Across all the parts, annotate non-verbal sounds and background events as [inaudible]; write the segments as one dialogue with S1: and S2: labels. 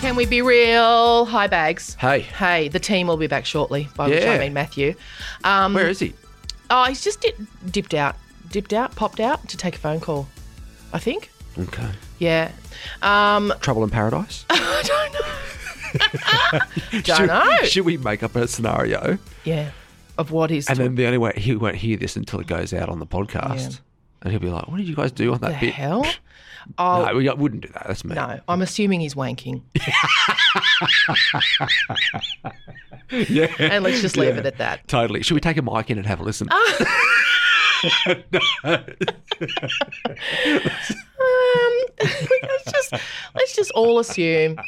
S1: Can we be real? Hi, Bags.
S2: Hey.
S1: Hey, the team will be back shortly, by which
S2: Yeah.
S1: I mean Matthew. Um,
S2: Where is he?
S1: Oh, he's just di- dipped out. Dipped out, popped out to take a phone call, I think.
S2: Okay.
S1: Yeah. Um,
S2: Trouble in paradise?
S1: I don't know.
S2: [laughs]
S1: don't
S2: should,
S1: know.
S2: Should we make up a scenario?
S1: Yeah. Of what is
S2: And then the only way he won't hear this until it goes out on the podcast. And he'll be like, what did you guys do on that
S1: the
S2: bit?
S1: hell? Oh,
S2: No, we wouldn't do that. That's me.
S1: no. I'm assuming he's wanking.
S2: [laughs] [laughs] Yeah.
S1: And Ah. let's just leave it at that.
S2: Totally. Should we take a mic in and have a listen?
S1: Um, [laughs] let's just let's just all assume,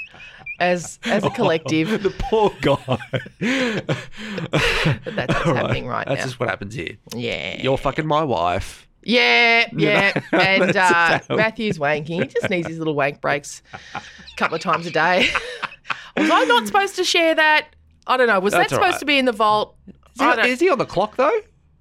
S1: as
S2: Oh.
S1: as a
S2: [laughs]
S1: collective,
S2: the poor guy.
S1: that that's
S2: [laughs]
S1: what's
S2: All
S1: happening right
S2: That's
S1: now.
S2: just what happens here.
S1: yeah.
S2: You're fucking my wife.
S1: Yeah, yeah.
S2: [laughs] know?
S1: And uh,
S2: That's how-
S1: Matthew's wanking. He just needs his little wank breaks a couple of times a day. [laughs] was I not supposed to share that? I don't know. Was
S2: That's
S1: that
S2: all
S1: supposed
S2: right.
S1: to be in the vault?
S2: Is
S1: I don't-
S2: he, is he on the clock though?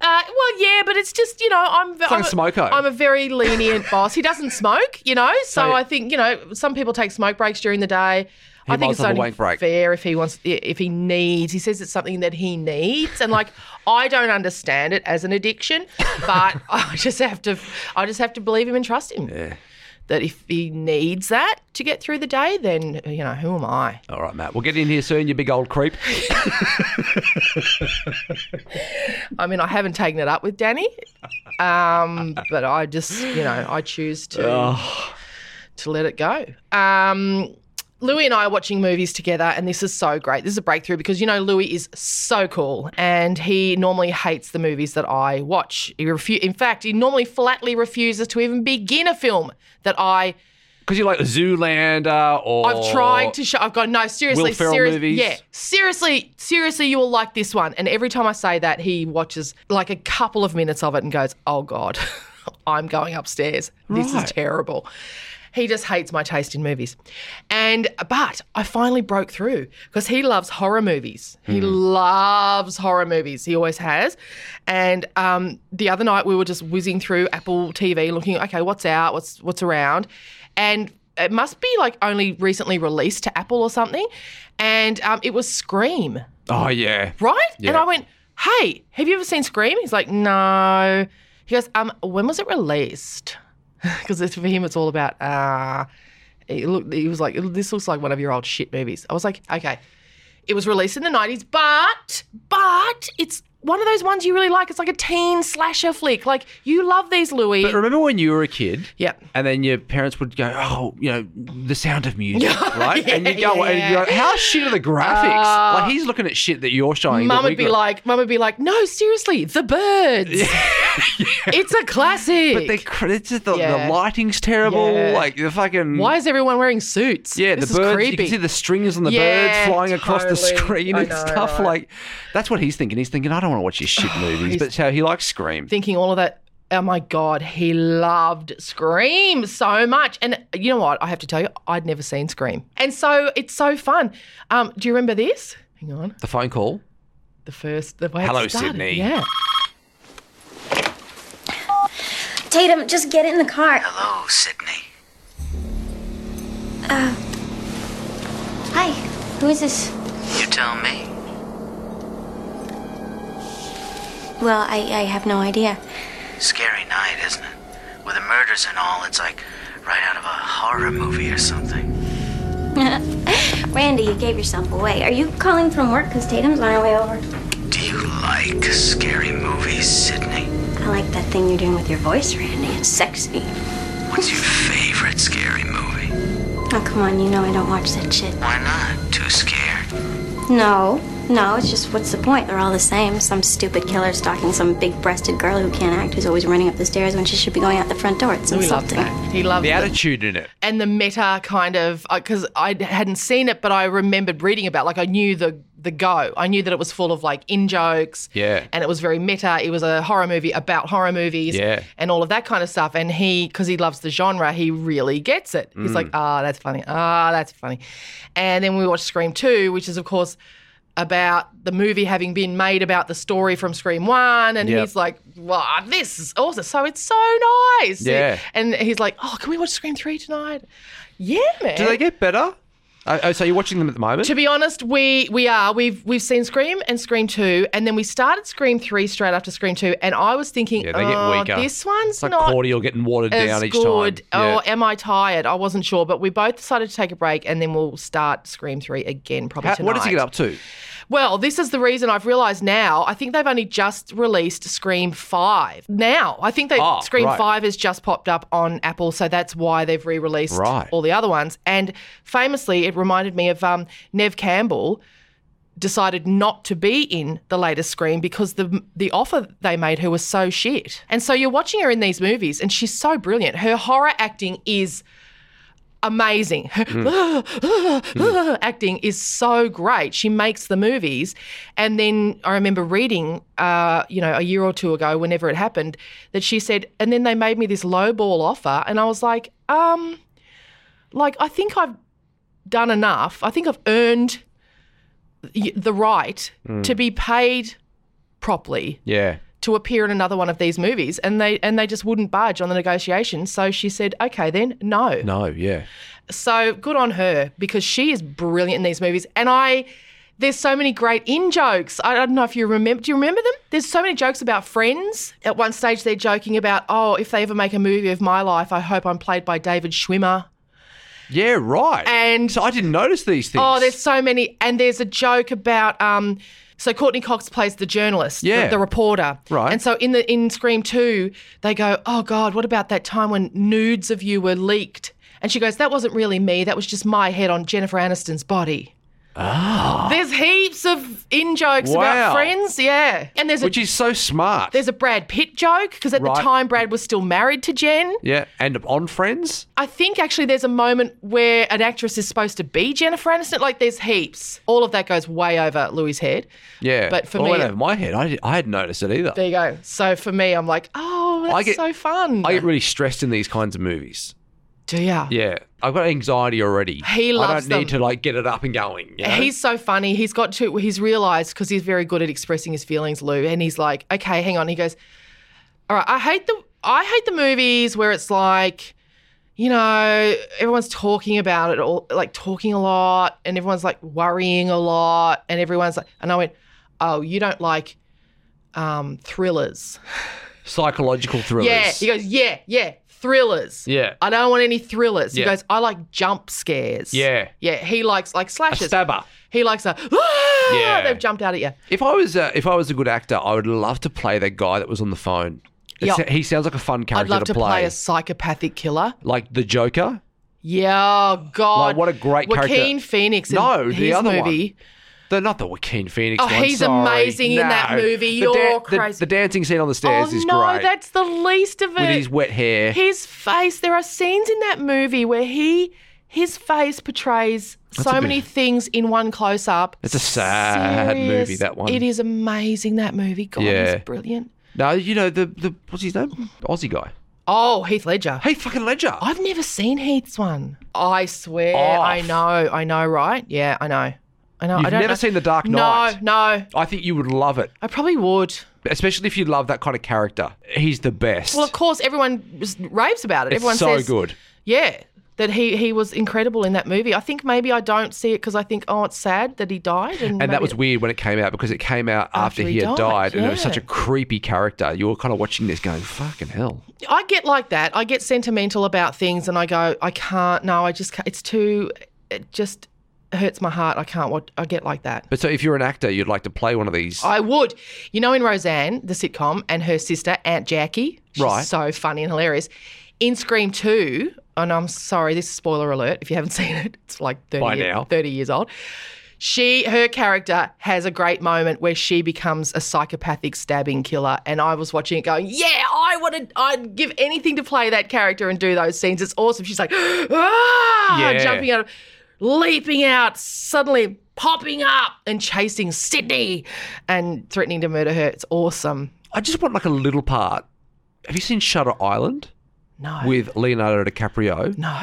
S1: uh, well, yeah, but it's just you know I'm
S2: like
S1: I'm
S2: a smoker.
S1: I'm a very lenient boss. He doesn't smoke, you know,
S2: [laughs]
S1: so,
S2: So-
S1: I think you know some people take smoke breaks during the day. I
S2: might
S1: think it's
S2: have a
S1: only
S2: wank break.
S1: fair if he wants if he needs. He says it's something that he needs, and like [laughs] I don't understand it as an addiction, but [laughs] I just have to I just have to believe him and trust him. Yeah. That if he needs that to get through the day, then you know who am I?
S2: All right, Matt. We'll get in here soon, you big old creep.
S1: I mean, I haven't taken it up with Danny, um, but I just, you know, I choose to to let it go. Um, Louis and I are watching movies together, and this is so great. This is a breakthrough because you know Louis is so cool, and he normally hates the movies that I watch. He refu- in fact, he normally flatly refuses to even begin a film that I.
S2: Because you like Zoolander or.
S1: I've tried to show. I've got no seriously.
S2: Will Ferrell
S1: serious-
S2: movies.
S1: Yeah, seriously, seriously, you will like this one. And every time I say that, he watches like a couple of minutes of it and goes, "Oh God, [laughs] I'm going upstairs. This
S2: Right.
S1: is terrible." He just hates my taste in movies. And but I finally broke through because he loves horror movies. He loves horror movies. He always has. And um, the other night we were just whizzing through Apple TV looking, okay, what's out? What's what's around? And it must be like only recently released to Apple or something. And um, it was Scream,
S2: Oh, yeah.
S1: right? And
S2: Yeah.
S1: I went, hey, have you ever seen Scream? He's like, no. He goes, um, when was it released? [laughs] Because for him, it's all about, uh, he, looked, he was like, this looks like one of your old shit movies. I was like, okay. It was released in the 90s, but but it's one of those ones you really like. It's like a teen slasher flick. Like you love these Louis.
S2: But remember when you were a kid?
S1: Yeah.
S2: And then your parents would go, oh, you know, the sound of
S1: [laughs]
S2: music, right? and you go,
S1: yeah, Ah.
S2: and you go, how shit are the graphics? like he's looking at shit that you're showing. that
S1: Mum
S2: we
S1: would be
S2: got-
S1: like, Mum would be like, no, seriously,
S2: [laughs]
S1: the birds. It's a classic.
S2: but the credits, the,
S1: Yeah.
S2: the lighting's terrible.
S1: Yeah.
S2: Like the fucking
S1: Why is everyone wearing suits?
S2: Yeah,
S1: this
S2: the birds.
S1: Is creepy.
S2: You can see the strings on the
S1: Yeah,
S2: birds flying across the
S1: totally.
S2: screen
S1: I
S2: and
S1: know,
S2: stuff.
S1: right.
S2: Like, that's what he's thinking. He's thinking, I don't want to watch these shit
S1: [sighs]
S2: movies. But so he likes Scream.
S1: thinking all of that. Oh my God, he loved Scream so much. And you know what? I have to tell you, I'd never seen Scream. And so it's so fun. Um, do you remember this? Hang on.
S2: the phone call.
S1: The first, the way it
S2: Hello,
S1: started.
S2: Sydney.
S1: Yeah.
S3: Tatum, just get in the car.
S4: Hello, Sydney.
S3: Uh, Hi, who is this?
S4: You tell me.
S3: Well, I, I have no idea.
S4: Scary night, isn't it? With the murders and all, it's like right out of a horror movie or something.
S3: Randy, you gave yourself away. Are you calling from work? Because Tatum's on her way over.
S4: Do you like scary movies, Sydney?
S3: I like that thing you're doing with your voice, Randy. It's sexy.
S4: What's your favorite scary movie?
S3: Oh, come on, you know I don't watch that shit.
S4: Why not? Too scared?
S3: No, no, it's just what's the point? They're all the same. Some stupid killer stalking some big breasted girl who can't act who's always running up the stairs when she should be going out the front door. It's
S1: We loved
S3: insulting.
S1: that. He loved
S2: The
S1: it.
S2: attitude in it.
S1: and the meta kind of because I hadn't seen it, but I remembered reading about. Like I knew the the go. I knew that it was full of like in jokes.
S2: Yeah.
S1: and it was very meta. It was a horror movie about horror movies.
S2: Yeah.
S1: and all of that kind of stuff. And he, because he loves the genre, he really gets it. He's
S2: Mm.
S1: like, ah, that's funny. Ah, that's funny. And then we watched Scream Two, which is of course about the movie having been made about the story from Scream One, and
S2: Yep.
S1: he's like, "Wow, this is awesome!" So it's so nice.
S2: Yeah.
S1: And he's like, "Oh, can we watch Scream Three tonight?" Yeah, man.
S2: Do they get better? Uh, oh, so you're watching them at the moment?
S1: Eh? to be honest, we we are we've we've seen Scream and Scream Two, and then we started Scream Three straight after Scream Two, and I was thinking,
S2: yeah, they get
S1: "Oh,
S2: weaker.
S1: this one's
S2: it's like
S1: not
S2: cordial getting watered
S1: as
S2: down each
S1: good.
S2: time. Yeah.
S1: Oh, am I tired? I wasn't sure, but we both decided to take a break, and then we'll start Scream Three again probably
S2: How-
S1: tonight.
S2: what does he get up to?
S1: Well, this is the reason I've realised now. I think they've only just released Scream Five. Now, I think they
S2: Ah,
S1: Scream
S2: right.
S1: Five has just popped up on Apple, so that's why they've re-released
S2: Right.
S1: all the other ones. And famously, it reminded me of um, Nev Campbell decided not to be in the latest Scream because the the offer they made her was so shit. And so you're watching her in these movies, and she's so brilliant. Her horror acting is amazing. [laughs] Her [gasps] acting is so great. She makes the movies. And then I remember reading, uh, you know, a year or two ago, whenever it happened, that she said, and then they made me this lowball offer, and I was like, um, like I think I've done enough. I think I've earned y- the right to be paid properly
S2: Yeah.
S1: to appear in another one of these movies and they and they just wouldn't budge on the negotiations so she said okay then no
S2: No, yeah.
S1: so good on her because she is brilliant in these movies. And I, there's so many great in jokes. I don't know if you remember. Do you remember them? There's so many jokes about friends. At one stage, they're joking about, oh, if they ever make a movie of my life, I hope I'm played by David Schwimmer.
S2: Yeah, right.
S1: And-
S2: so I didn't notice these things.
S1: Oh, there's so many. And there's a joke about um so Courtney Cox plays the journalist, the-
S2: Yeah.
S1: the, reporter.
S2: Right.
S1: And so in the in Scream 2, they go, "Oh god, what about that time when nudes of you were leaked?" And she goes, "That wasn't really me. That was just my head on Jennifer Aniston's body." Ah. There's heaps of in jokes
S2: Wow.
S1: about friends, yeah. And there's a
S2: which is so smart.
S1: there's a Brad Pitt joke because at
S2: Right.
S1: the time Brad was still married to Jen.
S2: yeah, and on Friends.
S1: I think actually there's a moment where an actress is supposed to be Jennifer Aniston. Like there's heaps. All of that goes way over Louis' head.
S2: Yeah,
S1: But for
S2: Well, it went
S1: me-
S2: over my head, I, did- I hadn't noticed it either.
S1: There you go. So for me, I'm like, oh, that's
S2: I get-
S1: so fun.
S2: I get really stressed in these kinds of movies.
S1: Do ya?
S2: Yeah, I've got anxiety already.
S1: He
S2: I
S1: loves
S2: don't need
S1: them.
S2: to like get it up and going. you know?
S1: He's so funny. He's got to, he's realized because he's very good at expressing his feelings, Lou. And he's like, okay, hang on. He goes, all right, I hate the, I hate the movies where it's like, you know, everyone's talking about it all, like talking a lot, and everyone's like worrying a lot, and everyone's like, and I went, oh, you don't like um, thrillers.
S2: psychological thrillers.
S1: Yeah. He goes, yeah, yeah, thrillers.
S2: Yeah.
S1: I don't want any thrillers.
S2: Yeah.
S1: He goes, I like jump scares.
S2: Yeah.
S1: Yeah. He likes like slashes.
S2: stabber.
S1: He likes a "Ah!"
S2: Yeah.
S1: They've jumped out at you.
S2: If I was a, if I was a good actor, I would love to play that guy that was on the phone. It
S1: Yeah.
S2: sa- He sounds like a fun character
S1: I'd love to
S2: play.
S1: play a psychopathic killer.
S2: Like the Joker.
S1: Yeah, oh, God.
S2: Like, what a great
S1: Joaquin
S2: character.
S1: Phoenix in
S2: No, the
S1: his
S2: other one.
S1: movie.
S2: They're not the Joaquin Phoenix.
S1: Oh,
S2: one,
S1: he's
S2: sorry.
S1: amazing in that movie.
S2: The the-
S1: You're crazy.
S2: The, dancing scene on the stairs
S1: oh,
S2: is
S1: no,
S2: great.
S1: that's the least of it.
S2: With his wet hair.
S1: His face. There are scenes in that movie where he his face portrays
S2: a
S1: so
S2: bit-
S1: many things in one close up.
S2: It's a sad movie, that one.
S1: It is amazing that movie. God,
S2: Yeah.
S1: he's brilliant.
S2: no, you know the the what's his name? Aussie guy.
S1: Oh, Heath Ledger.
S2: Hey, fucking Ledger.
S1: I've never seen Heath's one. I swear,
S2: Off.
S1: I know, I know, right? Yeah, I know, I know.
S2: You've
S1: I don't
S2: never
S1: know-
S2: seen The Dark Knight?
S1: No, no.
S2: I think you would love it,
S1: I probably would.
S2: especially if you love that kind of character. He's the best.
S1: Well, of course, everyone just raves about it.
S2: it's
S1: everyone
S2: so
S1: says,
S2: good.
S1: Yeah, that he he was incredible in that movie. I think maybe I don't see it because I think oh, it's sad that he died, and,
S2: And that
S1: maybe-
S2: was weird when it came out because it came out after, he had died, and it was such a
S1: yeah.
S2: creepy character. You were kind of watching this going, fucking hell.
S1: I get like that. I get sentimental about things, and I go, I can't. No, I just can't. It's too. It just hurts my heart. I can't. Watch, I get like that.
S2: But so if you're an actor, you'd like to play one of these.
S1: I would. You know, in Roseanne, the sitcom, and her sister, Aunt Jackie, she's
S2: Right.
S1: so funny and hilarious. In Scream 2, and I'm sorry, this is spoiler alert if you haven't [laughs] seen it, it's like 30,
S2: By
S1: year-
S2: now.
S1: 30 years old. She, her character has a great moment where she becomes a psychopathic stabbing killer. And I was watching it going, yeah, I would, I'd give anything to play that character and do those scenes. It's awesome. She's like, [gasps] ah,
S2: Yeah.
S1: jumping out of, leaping out, suddenly popping up and chasing Sydney and threatening to murder her. It's awesome.
S2: I just want like a little part. Have you seen Shutter Island
S1: No.
S2: with Leonardo DiCaprio? [gasps]
S1: no.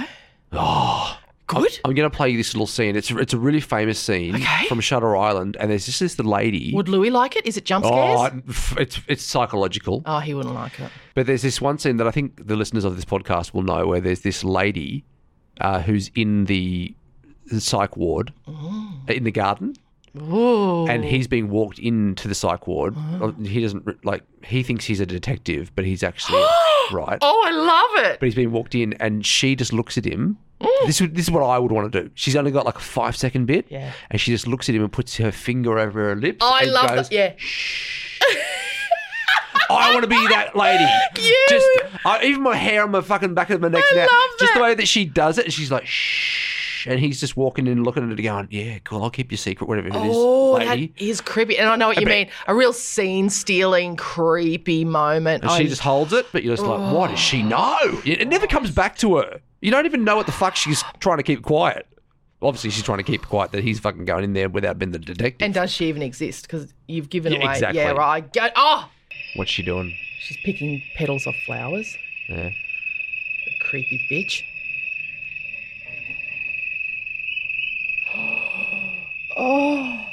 S1: Oh. Good?
S2: I'm going to play you this little scene. It's it's a really famous scene
S1: Okay.
S2: from Shutter Island, and there's just this lady.
S1: Would Louis like it? Is it jump
S2: oh,
S1: scares?
S2: I- f- it's it's psychological.
S1: Oh, he wouldn't like it.
S2: But there's this one scene that I think the listeners of this podcast will know where there's this lady uh, who's in the psych ward
S1: Oh.
S2: in the garden. And he's being walked into the psych ward.
S1: Uh-huh.
S2: Uh, He doesn't re- like. He thinks he's a detective, but he's
S1: [gasps]
S2: actually right.
S1: Oh, I love it.
S2: But he's being walked in, and she just looks at him.
S1: Mm.
S2: This would, this is what I would want to do. She's only got like a five second bit,
S1: Yeah.
S2: and she just looks at him and puts her finger over her lips.
S1: I
S2: and
S1: love
S2: goes,
S1: that. Yeah.
S2: I want to be that lady.
S1: [laughs] You-
S2: Just I, even my hair on my fucking back of my neck
S1: I
S2: now.
S1: love
S2: Just the
S1: that.
S2: way that she does it, and she's like, shh, and he's just walking in, looking at it, going, yeah, cool, I'll keep your secret, whatever it is,
S1: Oh,
S2: lady.
S1: that is creepy. And I know what you mean. A real scene stealing, creepy moment.
S2: and
S1: I-
S2: she just holds it, but you're just like, what does she know? It it never comes back to her. You don't even know what the fuck she's trying to keep quiet. Obviously, she's trying to keep quiet that he's fucking going in there without being the detective.
S1: and does she even exist? Because you've given
S2: Yeah,
S1: away.
S2: exactly.
S1: Yeah, right. I get- Oh,
S2: What's she doing?
S1: she's picking petals off flowers.
S2: Yeah.
S1: The creepy bitch. [gasps] Oh.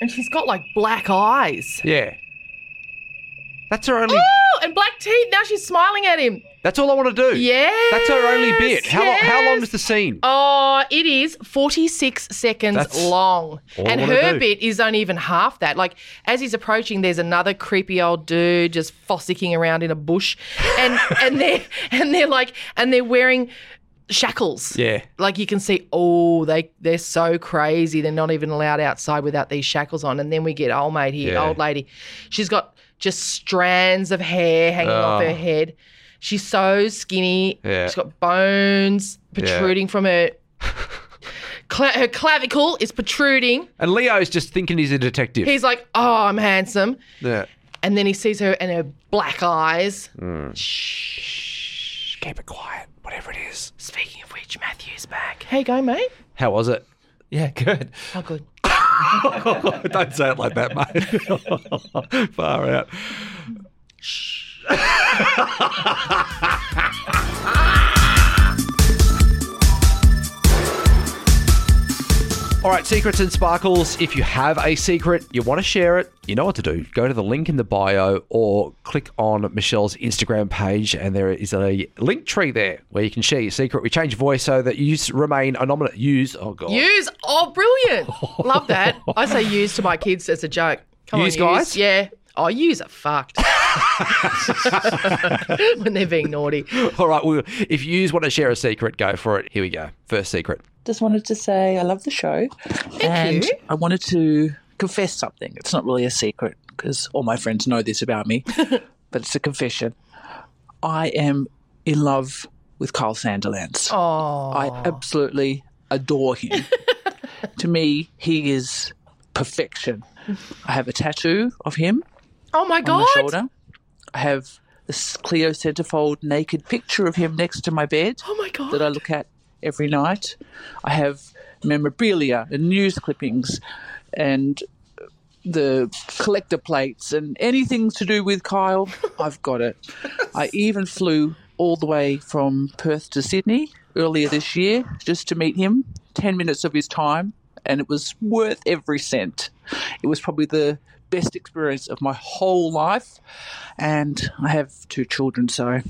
S1: And she's got like black
S2: [laughs]
S1: eyes.
S2: Yeah. That's her
S1: [gasps]
S2: only.
S1: Oh, and black teeth. Now she's smiling at him.
S2: That's all I want to do.
S1: Yeah.
S2: That's her only bit. How, lo- how long is the scene?
S1: Oh, it is 46 seconds
S2: That's
S1: long.
S2: all
S1: and
S2: I wanna
S1: her
S2: do.
S1: bit is only even half that. Like, as he's approaching, there's another creepy old dude just fossicking around in a bush.
S2: [laughs]
S1: And and they're and they're like and they're wearing shackles.
S2: Yeah.
S1: Like you can see, oh, they they're so crazy. They're not even allowed outside without these shackles on. And then we get old mate here,
S2: Yeah.
S1: old lady. She's got just strands of hair hanging off her head. She's so skinny.
S2: Oh. Yeah.
S1: She's got bones protruding from her.
S2: [laughs]
S1: Cla- her clavicle is protruding.
S2: And Leo's just thinking he's a detective.
S1: He's like, "Oh, I'm handsome,"
S2: yeah.
S1: and then he sees her and her black eyes.
S2: Mm. Shh, keep it quiet, whatever it is.
S1: Speaking of which, Matthew's back. Hey, go, mate.
S2: How was it? Yeah, [laughs] good.
S1: Oh, good.
S2: [laughs] Don't say it like that, mate. [laughs] Far out. All right, secrets and sparkles. If you have a secret, you want to share it, you know what to do. Go to the link in the bio or click on Michelle's Instagram page, and there is a link tree there where you can share your secret. We change voice so that you s- remain anonymous. Use, oh God.
S1: Use.
S2: [laughs]
S1: Oh, brilliant. Love that. I say use to my kids as a joke. Come
S2: Use,
S1: on,
S2: guys?
S1: Yeah. Oh, yous
S2: [laughs]
S1: are fucked [laughs] when they're being naughty.
S2: [laughs] All right. Well, if you want to share a secret, go for it. Here we go. First secret.
S5: Just wanted to say I love the show. and
S1: you.
S5: I wanted to confess something. It's not really a secret because all my friends know this about me, but it's a confession. I am in love with Carl Sanderlands.
S1: Oh,
S5: I absolutely adore him. to me, he is perfection. I have a tattoo of him
S1: oh my
S5: on
S1: god!
S5: my shoulder. I have this Cleo centerfold naked picture of him next to my bed
S1: Oh my god!
S5: that I look at every night. I have memorabilia and news clippings and the collector plates and anything to do with Kyle, I've got it. I even flew all the way from Perth to Sydney earlier this year just to meet him, 10 minutes of his time, and it was worth every cent. It was probably the best experience of my whole life, and I have two children, so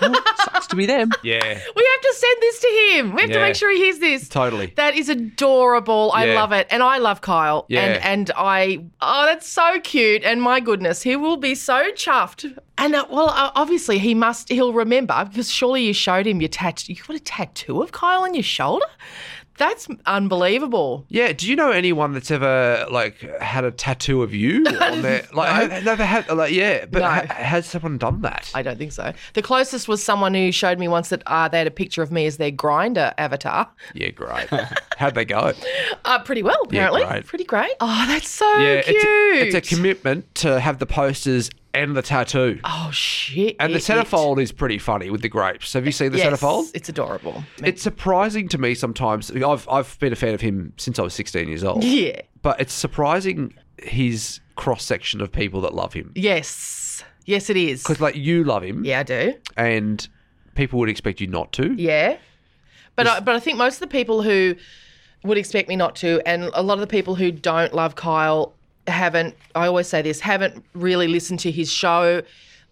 S5: well, [laughs] sucks to be them.
S2: Yeah.
S1: we have to send this to him. We have to
S2: Yeah.
S1: make sure he hears this.
S2: Totally.
S1: That is adorable. I
S2: Yeah.
S1: love it. And I love Kyle.
S2: Yeah.
S1: And and I oh, that's so cute. And my goodness, he will be so chuffed. And uh, well, uh, obviously he must he'll remember because surely you showed him your tattoo. You got a tattoo of Kyle on your shoulder? That's unbelievable.
S2: Yeah. Do you know anyone that's ever like had a tattoo of
S1: [laughs]
S2: you on their like? have- Never had. Like, yeah. But
S1: No.
S2: ha- has someone done that?
S1: I don't think so. The closest was someone who showed me once that uh, they had a picture of me as their grinder avatar.
S2: yeah.
S1: [laughs]
S2: Great. How'd they go?
S1: Uh, pretty well,
S2: Yeah,
S1: apparently.
S2: great.
S1: Pretty great. Oh, that's so
S2: yeah.
S1: cute.
S2: It's, a, it's a commitment to have the posters and the tattoo.
S1: oh, shit.
S2: and the
S1: it-
S2: centerfold is pretty funny with the grapes. Have you seen the
S1: Yes,
S2: centerfold?
S1: It's adorable.
S2: It's surprising to me sometimes. I've I've been a fan of him since I was 16 years
S1: [laughs]
S2: old.
S1: Yeah.
S2: But it's surprising his cross section of people that love him.
S1: Yes. Yes, it is.
S2: Because like you love him,
S1: Yeah, I do.
S2: and people would expect you not to.
S1: Yeah. But I, but I think most of the people who would expect me not to, and a lot of the people who don't love Kyle haven't. I always say this: haven't really listened to his show.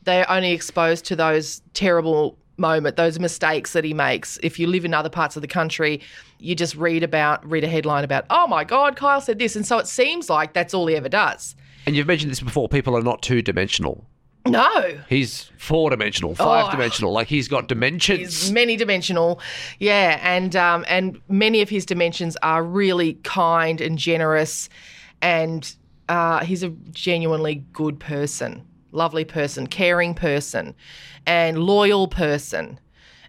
S1: They're only exposed to those terrible moment, those mistakes that he makes. If you live in other parts of the country, you just read about, read a headline about, oh my God, Kyle said this, and so it seems like that's all he ever does.
S2: And you've mentioned this before. People are not two dimensional.
S1: No,
S2: He's four
S1: Oh.
S2: dimensional, five dimensional. Like he's got dimensions.
S1: is many dimensional. Yeah, and um, and many of his dimensions are really kind and generous, and uh, he's a genuinely good person, lovely person, caring person, and loyal person,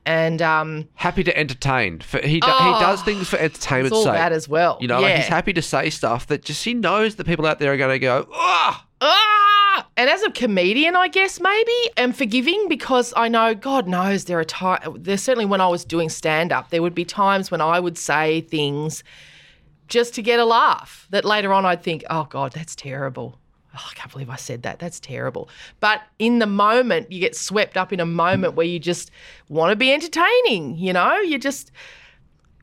S1: and um,
S2: happy to entertain. For, he do, he does things for entertainment's
S1: Oh. it's
S2: sake.
S1: all that as well.
S2: You know, like
S1: Yeah.
S2: he's happy to say stuff that just he knows that people out there are going to go, ah,
S1: ah! And as a comedian, I guess maybe am forgiving because I know God knows there are times. There's certainly when I was doing stand up, there would be times when I would say things just to get a laugh. That later on I'd think, oh God, that's terrible. Oh, I can't believe I said that. That's terrible. But in the moment, you get swept up in a moment where you just want to be entertaining. You know, you just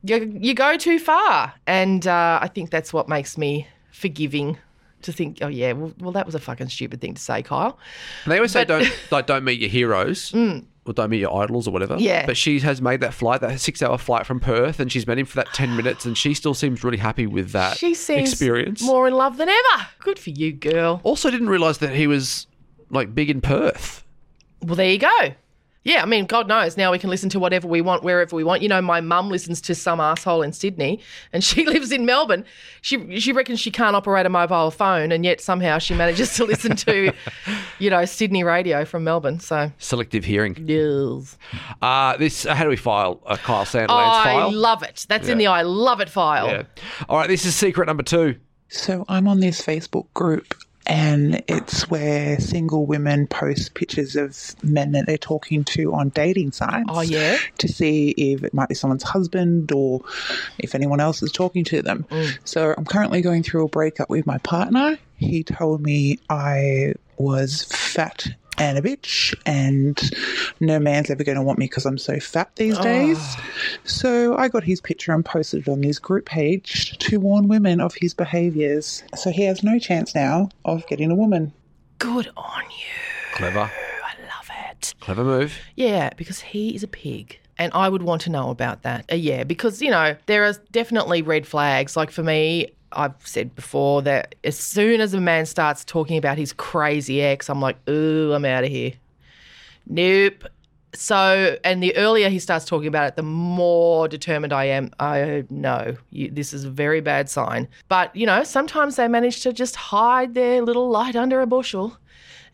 S1: you you go too far, and uh, I think that's what makes me forgiving. To think, oh yeah, well, well that was a fucking stupid thing to say, Kyle.
S2: And they always say don't like, don't meet your
S1: [laughs]
S2: heroes. Or don't meet your idols or whatever.
S1: Mm. Yeah.
S2: But she has made that flight, that six hour flight from Perth, and she's met him for that
S1: [sighs]
S2: 10 minutes, and she still seems really happy with that
S1: She seems
S2: experience.
S1: more in love than ever. Good for you, girl.
S2: also, didn't realize that he was like big in Perth.
S1: Well, there you go. Yeah, I mean, God knows now we can listen to whatever we want, wherever we want. You know, my mum listens to some asshole in Sydney, and she [laughs] lives in Melbourne. She she reckons she can't operate a mobile phone, and yet somehow she manages to listen to, you know, Sydney radio from Melbourne. So
S2: Selective hearing.
S1: yes,
S2: Uh, this uh, How do we file a Kyle Sandlands
S1: I
S2: file?
S1: love it. That's in the I love it file.
S2: Yeah. All right, this is secret number two.
S5: So I'm on this Facebook group, and it's where single women post pictures of men that they're talking to on dating sites.
S1: Oh yeah.
S5: To see if it might be someone's husband or if anyone else is talking to them.
S1: Mm.
S5: So I'm currently going through a breakup with my partner. He told me I was fat and a bitch, and no man's ever going to want me because I'm so fat these
S1: Ah.
S5: days. So I got his picture and posted it on his group page to warn women of his behaviours. So he has no chance now of getting a woman.
S1: Good on you.
S2: Clever.
S1: I love it.
S2: Clever move.
S1: Yeah, because he is a pig. And I would want to know about that. Uh, yeah, because, you know, there are definitely red flags. Like for me, I've said before that as soon as a man starts talking about his crazy ex, I'm like, ooh, I'm out of here. Nope. So, and the earlier he starts talking about it, the more determined I am. I know you, this is a very bad sign. But, you know, sometimes they manage to just hide their little light under a bushel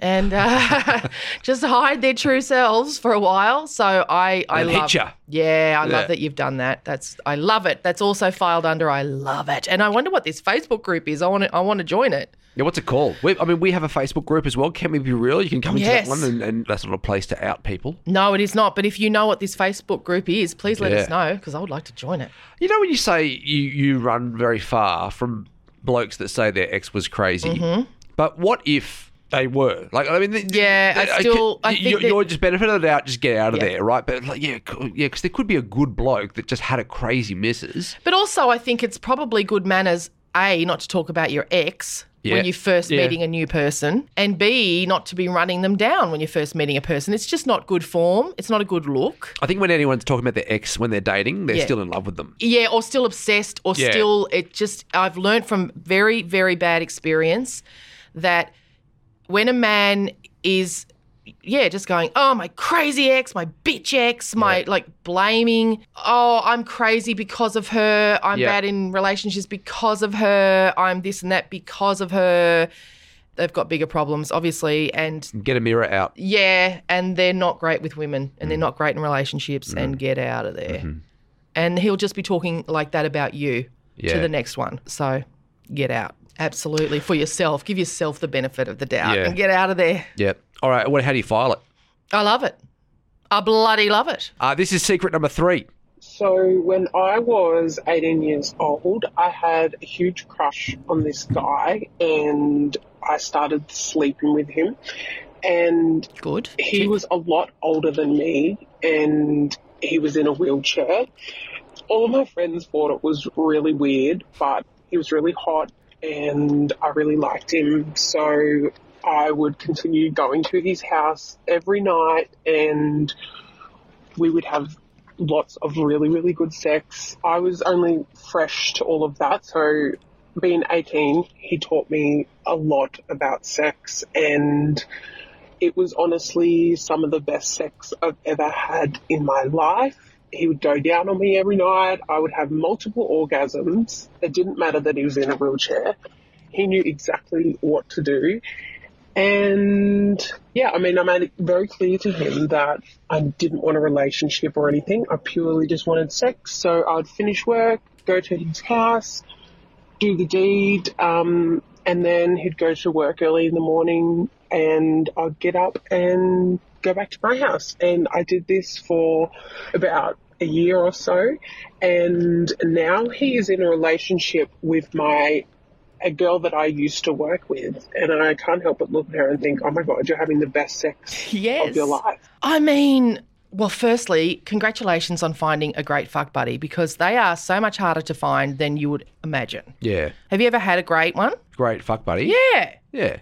S1: and uh,
S2: [laughs]
S1: just hide their true selves for a while. So I, I
S2: They'll
S1: love,
S2: hit ya.
S1: yeah, I
S2: Yeah.
S1: love that you've done that. That's I love it. That's also filed under. I love it. And I wonder what this Facebook group is. I want to. I want to join it.
S2: Yeah, what's it called? We, I mean, we have a Facebook group as well. Can we be real? You can come into
S1: Yes.
S2: that one, and, and that's not a place to out people.
S1: No, it is not. But if you know what this Facebook group is, please let us
S2: Yeah.
S1: know because I would like to join it.
S2: You know, when you say you, you run very far from blokes that say their ex was crazy,
S1: Mm-hmm.
S2: but what if they were? Like, I mean, th-
S1: Yeah, I
S2: th- could-
S1: still- I
S2: you-
S1: think
S2: you're,
S1: that-
S2: you're just benefit of the doubt, just get out of
S1: Yeah.
S2: there, right? But like, yeah, cool, yeah, because there could be a good bloke that just had a crazy missus.
S1: But also, I think it's probably good manners a not to talk about your ex.
S2: Yeah.
S1: When you're first
S2: Yeah.
S1: meeting a new person, and B, not to be running them down when you're first meeting a person. It's just not good form. It's not a good look.
S2: I think when anyone's talking about their ex when they're dating, they're
S1: Yeah.
S2: still in love with them.
S1: Yeah, or still obsessed, or
S2: Yeah.
S1: still it just. I've learned from very, very bad experience that when a man is, yeah, just going, oh my crazy ex, my bitch ex, my like blaming, oh I'm crazy because of her, I'm
S2: Yeah.
S1: bad in relationships because of her, I'm this and that because of her. They've got bigger problems, obviously, and
S2: Get a mirror out.
S1: yeah, and they're not great with women
S2: Mm.
S1: and they're not great in relationships and get out of there.
S2: Mm-hmm.
S1: And he'll just be talking like that about you
S2: Yeah.
S1: to the next one. So get out. Absolutely. For yourself. Give yourself the benefit of the doubt
S2: Yeah.
S1: and get out of there.
S2: Yeah. All right. What? How do you file it?
S1: I love it. I bloody love it.
S2: Uh, this is secret number three.
S6: So when I was 18 years old, I had a huge crush on this guy and I started sleeping with him. And
S1: Good.
S6: he was a lot older than me and he was in a wheelchair. All of my friends thought it was really weird, but he was really hot and I really liked him. So I would continue going to his house every night and we would have lots of really, really good sex. I was only fresh to all of that, so being 18, he taught me a lot about sex and it was honestly some of the best sex I've ever had in my life. He would go down on me every night. I would have multiple orgasms. It didn't matter that he was in a wheelchair. He knew exactly what to do. And yeah, I mean, I made it very clear to him that I didn't want a relationship or anything. I purely just wanted sex. So I'd finish work, go to his house, do the deed, um, and then he'd go to work early in the morning, and I'd get up and go back to my house. And I did this for about a year or so, and now he is in a relationship with my a girl that I used to work with, and I can't help but look at her and think, "Oh my god, you're having the best sex
S1: Yes.
S6: of your life."
S1: I mean, well, firstly, congratulations on finding a great fuck buddy because they are so much harder to find than you would imagine.
S2: Yeah.
S1: Have you ever had a great one?
S2: Great. Fuck, buddy.
S1: Yeah.
S2: Yeah.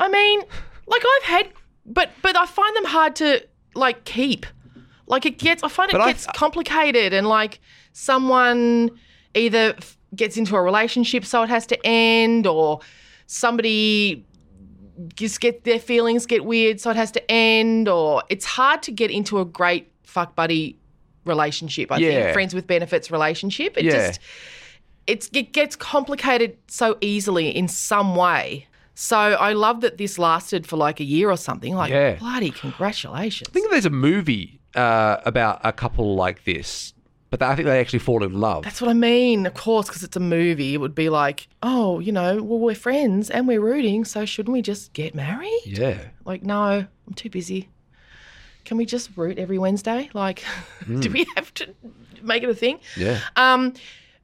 S1: I mean, like I've had, but but I find them hard to like keep. Like it gets, I find it
S2: But I-
S1: gets complicated, and like someone either f- gets into a relationship, so it has to end, or somebody just get their feelings get weird, so it has to end, or it's hard to get into a great fuck buddy relationship. I
S2: Yeah.
S1: think friends with benefits relationship. It
S2: Yeah.
S1: just it's, it gets complicated so easily in some way. So I love that this lasted for like a year or something. Like,
S2: Yeah.
S1: bloody congratulations.
S2: I think there's a movie uh, about a couple like this, but I think they actually fall in love.
S1: That's what I mean, of course, because it's a movie. It would be like, oh, you know, well, we're friends and we're rooting, so shouldn't we just get married?
S2: yeah.
S1: Like, no, I'm too busy. Can we just root every Wednesday? Like, [laughs]
S2: Mm.
S1: do we have to make it a thing?
S2: Yeah.
S1: Um,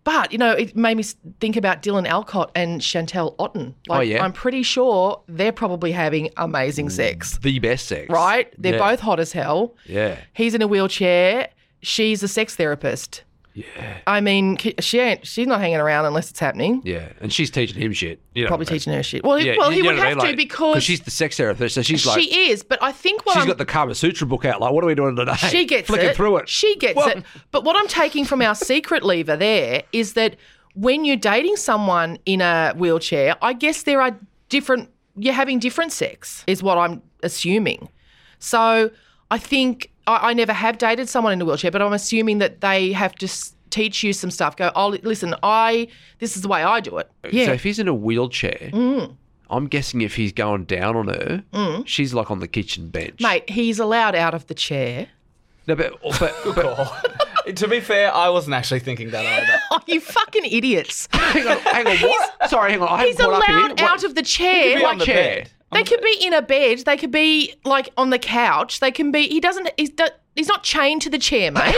S1: but you know, it made me s- think about Dylan Alcott and Chantel Otten. Like,
S2: Oh, yeah.
S1: I'm pretty sure they're probably having amazing sex,
S2: The best sex.
S1: right? They're
S2: Yeah.
S1: both hot as hell.
S2: Yeah.
S1: He's in a wheelchair. She's a sex therapist. Yeah. I mean, c- she ain't, she's not hanging around unless it's happening.
S2: Yeah. And she's teaching him shit. You know
S1: Probably
S2: what I mean?
S1: teaching her shit. Well, he-
S2: Yeah,
S1: well,
S2: you-
S1: he
S2: you
S1: would
S2: know what I
S1: have
S2: mean?
S1: to
S2: Like,
S1: because
S2: she's the sex therapist, so she's like she's
S1: she is. But I think what I'm,
S2: got the Kama Sutra book out. Like, what are we doing today?
S1: She gets
S2: flicking
S1: it.
S2: through it.
S1: She gets
S2: Well-
S1: it. But what I'm taking from our secret lever there is that when you're dating someone in a wheelchair, I guess there are different, you're having different sex, is what I'm assuming. So I think I, I never have dated someone in a wheelchair, but I'm assuming that they have to s- teach you some stuff. Go, oh, li- listen, I this is the way I do it. Yeah, Mm.
S2: So if he's in a wheelchair, I'm guessing if he's going down on her, she's like on the kitchen bench.
S1: mate, he's allowed out of the chair. [laughs]
S2: No, but, but, but
S7: to be fair, I wasn't actually thinking that either.
S1: Oh, you fucking idiots!
S2: hang on, hang on, what? Sorry, hang on. I haven't
S1: He's
S2: caught up here.
S1: allowed
S2: What-
S1: out of the chair.
S2: be on the
S1: chair.
S2: bed.
S1: They could be in a bed. They could be like on the couch. They can be. He doesn't. He's, do- he's not chained to the
S2: [laughs]
S1: chair, mate.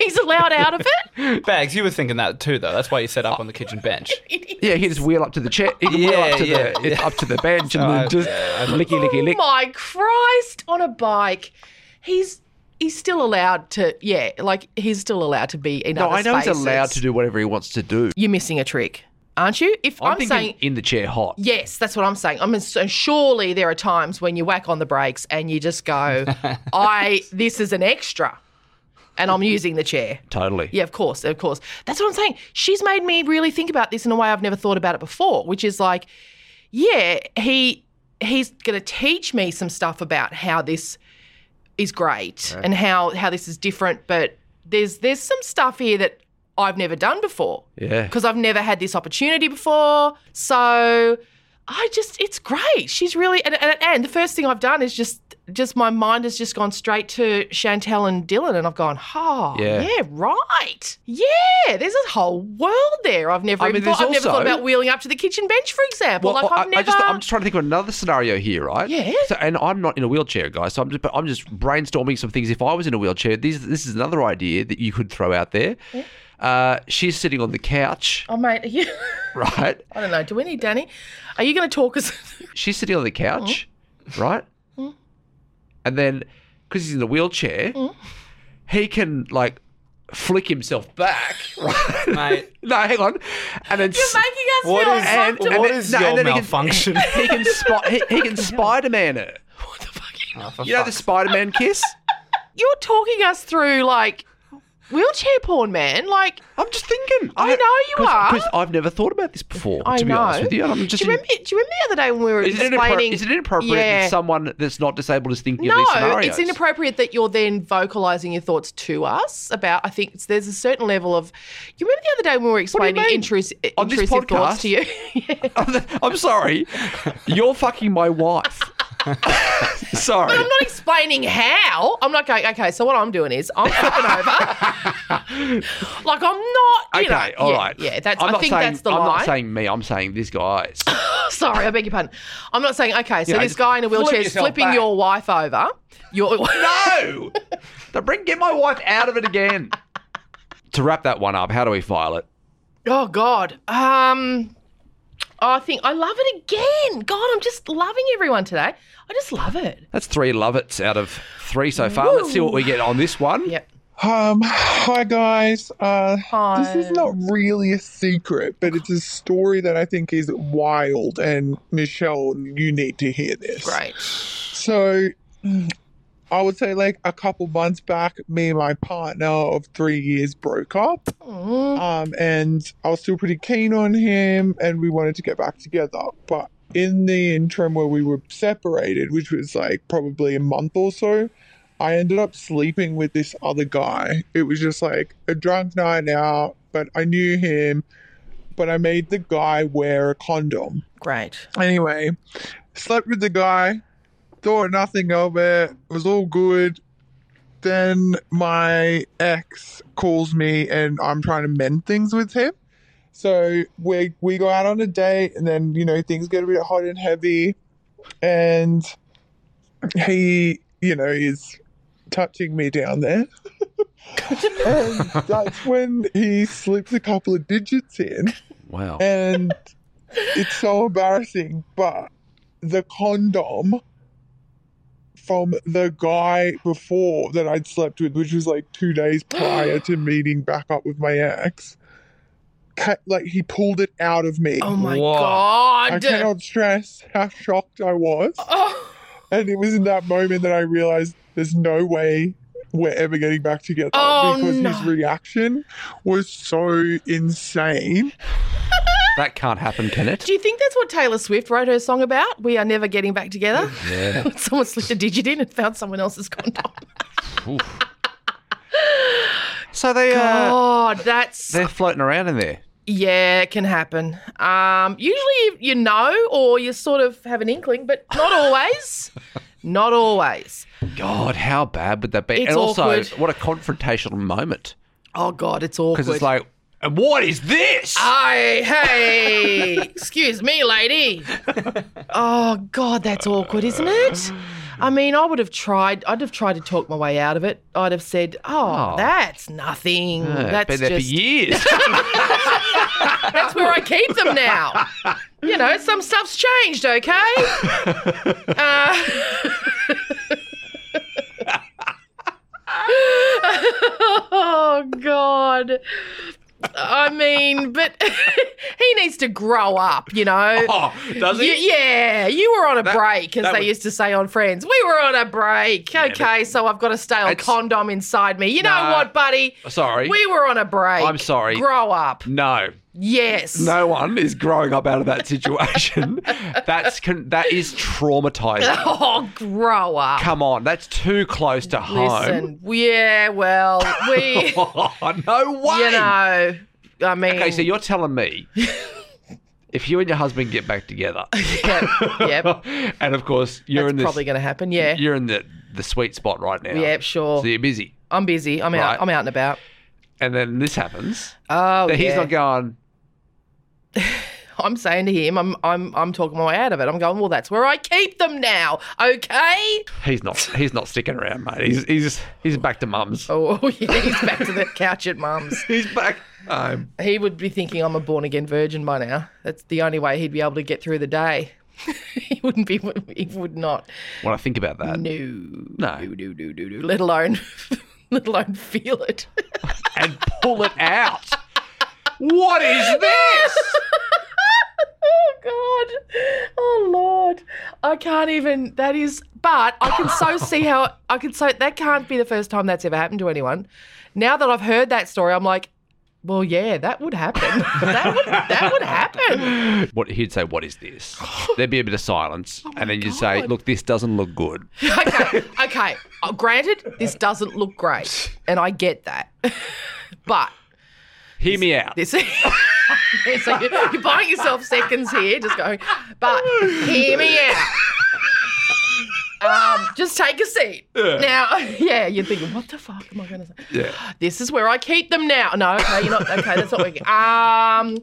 S1: he's allowed out of it.
S7: Bags, you were thinking that too, though. That's why you said up on the kitchen bench.
S2: Yeah, he just wheel up to the chair, he can wheel
S7: Yeah,
S2: up to
S7: yeah,
S2: the up to the bench, and
S7: [laughs]
S2: then just licky, [laughs] licky, lick.
S1: Oh My Christ, on a bike, he's he's still allowed to. Yeah, like he's still allowed to be in
S2: No,
S1: other
S2: I know he's
S1: spaces.
S2: allowed to do whatever he wants to do.
S1: You're missing a trick, aren't you? If
S2: I'm,
S1: I'm,
S2: thinking
S1: saying
S2: in the chair hot.
S1: Yes, that's what I'm saying. I mean, so surely there are times when you whack on the brakes and you just go, "I this is an extra," and I'm using the chair.
S2: Totally.
S1: Yeah, of course, of course. That's what I'm saying. She's made me really think about this in a way I've never thought about it before, which is like, yeah, he he's going to teach me some stuff about how this is great and how how this is different, but there's there's some stuff here that I've never done before
S2: Yeah.
S1: because I've never had this opportunity before. So I just, it's great. She's really, and, and, and the first thing I've done is just, just my mind has just gone straight to Chantel and Dylan, and I've gone, oh,
S2: Yeah.
S1: yeah, right, yeah. There's a whole world there. I've never,
S2: I
S1: even
S2: mean,
S1: thought, I've
S2: there's
S1: never thought
S2: also-
S1: about wheeling up to the kitchen bench, for example. like
S2: I,
S1: I've never.
S2: I just, I'm just trying to think of another scenario here, right?
S1: Yeah.
S2: So, and I'm not in a wheelchair, guys. So I'm just, but I'm just brainstorming some things. If I was in a wheelchair, these, this is another idea that you could throw out there. Uh, she's sitting on the couch,
S1: Oh mate, are you, [laughs]
S2: [laughs] right?
S1: I don't know. Do we need Danny? Are you going to talk us?
S2: She's sitting on the couch,
S1: Mm.
S2: right? And then, because he's in a wheelchair,
S1: Mm.
S2: he can like flick himself back, [laughs] right?
S7: Mate.
S2: [laughs] no, hang on, and then
S1: You're making us
S7: What
S1: feel
S7: is-
S1: uncomfortable.
S7: and- What is your malfunction?
S2: He can, [laughs] he can spot. He,
S1: [laughs]
S2: he can Spider-Man it.
S1: What the fuck?
S2: You know the Spider-Man kiss.
S1: You're talking us through like wheelchair porn, man. Like
S2: I'm just thinking.
S1: I know you are.
S2: Because I've never thought about this before.
S1: I
S2: to be
S1: know.
S2: honest with you, and I'm just.
S1: do you remember? Do you remember the other day when we were
S2: Is it,
S1: explaining?
S2: inappropri- is it inappropriate
S1: Yeah.
S2: that someone that's not disabled is thinking of
S1: no,
S2: these scenarios?
S1: it's inappropriate that you're then vocalizing your thoughts to us about. I think it's, there's a certain level of. You remember the other day when we were explaining
S2: mean?
S1: intrus-
S2: On this
S1: intrusive
S2: podcast?
S1: thoughts to you? [laughs]
S2: [laughs] I'm sorry. You're fucking my
S1: [laughs]
S2: wife. sorry.
S1: I'm not explaining how. I'm not going. Okay, so what I'm doing is I'm flipping over.
S2: [laughs]
S1: like I'm not. You
S2: okay,
S1: know,
S2: all
S1: yeah,
S2: right.
S1: Yeah, that's.
S2: I'm
S1: I
S2: not
S1: think
S2: saying,
S1: that's the
S2: I'm
S1: line.
S2: not saying me. I'm saying this guy's.
S1: [laughs] Sorry, I beg your pardon. I'm not saying okay. So
S2: You know,
S1: this
S2: just
S1: guy in a
S2: flip
S1: wheelchair is
S2: yourself
S1: flipping
S2: back.
S1: your wife over. Your [laughs]
S2: no. Now bring get my wife out of it again. to wrap that one up, how do we file it?
S1: Oh God. Um I think I love it again. God, I'm just loving everyone today. I just love it.
S2: That's three love it's out of three so far. Let's see what we get on this one.
S1: Yep.
S8: Um, hi guys. Uh,
S1: Hi.
S8: this is not really a secret, but it's a story [laughs] that I think is wild, and Michelle, you need to hear this.
S1: Great.
S8: So, [clears throat] I would say like a couple months back, me and my partner of three years broke up. Um, and I was still pretty keen on him, and we wanted to get back together. But in the interim where we were separated, which was like probably a month or so, I ended up sleeping with this other guy. It was just like a drunk night out, but I knew him. But I made the guy wear a condom.
S1: Great.
S8: Anyway, slept with the guy, thought nothing of it, it was all good. Then my ex calls me and I'm trying to mend things with him. So we we go out on a date and then, you know, things get a bit hot and heavy and he, you know, is touching me down there. [laughs] and that's when he slips a couple of digits in
S2: Wow.
S8: and it's so embarrassing. But the condom from the guy before that I'd slept with, which was like two
S1: [gasps]
S8: days prior to meeting back up with my ex, ca- like he pulled it out of me.
S1: Oh my
S7: Whoa.
S1: god.
S8: I cannot stress how shocked I was.
S1: Oh,
S8: And it was in that moment that I realized there's no way
S9: were ever getting back together
S1: Oh,
S9: because
S1: no.
S9: his reaction was so insane.
S2: That can't happen, can it?
S1: Do you think that's what Taylor Swift wrote her song about? We are never getting back together.
S2: Yeah.
S1: [laughs] Someone slipped a digit in and found someone
S2: [laughs]
S1: else's condom.
S2: so they uh,
S1: God, that's
S2: They're floating around in there.
S1: yeah, it can happen. Um, usually you know, or you sort of have an inkling, but
S2: [laughs]
S1: not always. not always.
S2: God, how bad would that be?
S1: It's
S2: and also,
S1: awkward.
S2: what a confrontational moment.
S1: Oh God, it's awkward.
S2: Because it's like, "And what is this?
S1: Hey, hey, excuse me, lady. Oh God, that's awkward, isn't it? I mean, I would have tried. I'd have tried to talk my way out of it. I'd have said, "Oh,
S2: Oh.
S1: that's nothing.
S2: Yeah,
S1: that's
S2: been there
S1: just
S2: for
S1: [laughs]
S2: years.
S1: that's where I keep them now. You know, some stuff's changed, okay? Uh, [laughs] oh, God. I mean, but [laughs] he needs to grow up, you know?
S2: Oh, does he?
S1: You- yeah, you were on a
S2: That-
S1: break, as
S2: that
S1: they
S2: would-
S1: used to say on Friends. We were on a break. okay, so I've got a stale
S2: It's-
S1: condom inside me. You know
S2: No.
S1: what, buddy?
S2: Sorry.
S1: We were on a break.
S2: I'm sorry.
S1: Grow up.
S2: no.
S1: Yes.
S2: No one is growing up out of that
S1: [laughs]
S2: situation. That's con- that is traumatizing.
S1: Oh, grow up.
S2: Come on, that's too close to home.
S1: Listen, yeah, well, we,
S2: [laughs] Oh, no way.
S1: you know, I mean,
S2: Okay, so you're telling
S1: [laughs]
S2: me if you and your husband get back together,
S1: yep, yep,
S2: and of course [laughs] you're
S1: that's
S2: in this,
S1: probably going to happen. Yeah,
S2: you're in the the sweet spot right now.
S1: yep, sure.
S2: So you're busy,
S1: I'm busy. I'm
S2: Right.
S1: out. I'm out and about.
S2: and then this happens.
S1: Oh,
S2: But he's
S1: yeah.
S2: not going.
S1: I'm saying to him, I'm, I'm, I'm talking my way out of it. I'm going. Well, that's where I keep them now. Okay.
S2: He's not. He's not sticking around, mate. He's he's he's back to mum's.
S1: Oh, [laughs] yeah, he's back to the couch at mum's.
S2: He's back home.
S1: He would be thinking I'm a born again virgin by now. That's the only way he'd be able to get through the day. [laughs] he wouldn't be. He would not.
S2: When I think about that,
S1: No.
S2: no,
S1: do do do do. Let alone, [laughs] let alone feel it.
S2: and pull it out. what is this?
S1: [laughs] oh God! Oh Lord! I can't even. That is. But I can so see how I can so that can't be the first time that's ever happened to anyone. Now that I've heard that story, I'm like, well, yeah, that would happen. [laughs] that would that would happen.
S2: [laughs] What he'd say, "What is this?" There'd be a bit of silence,
S1: Oh
S2: and then you'd say, "Look, this doesn't look good."
S1: Okay, okay. Uh, granted, this doesn't look great, and I get that, [laughs] but.
S2: Hear me out.
S1: This [laughs] so you- you're buying yourself seconds here, just going, but hear me out. Um, just take a seat. Now, [laughs] yeah, you're thinking, what the fuck am I going to say?
S2: Yeah.
S1: This is where I keep them now. No, okay, you're not, okay, that's not working. Um,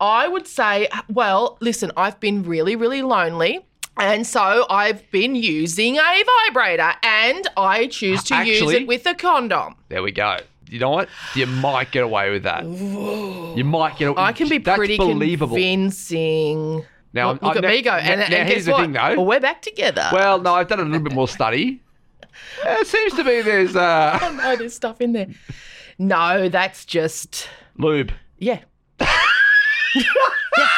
S1: I would say, well, listen, I've been really, really lonely. And so I've been using a vibrator and I choose to use
S2: Actually-
S1: it with a condom.
S2: There we go. You know what? You might get away with that. You might get. away
S1: I can be
S2: That's
S1: pretty
S2: believable.
S1: convincing.
S2: Now,
S1: look,
S2: I'm-
S1: look at
S2: now-
S1: me go. And,
S2: now-
S1: and
S2: now
S1: guess
S2: here's the
S1: what?
S2: thing, though.
S1: Well, we're back together. [laughs]
S2: Well, no, I've done a little bit more study. It seems to be there's uh,
S1: no, there's stuff in there. No, that's just
S2: lube.
S1: yeah. Yeah,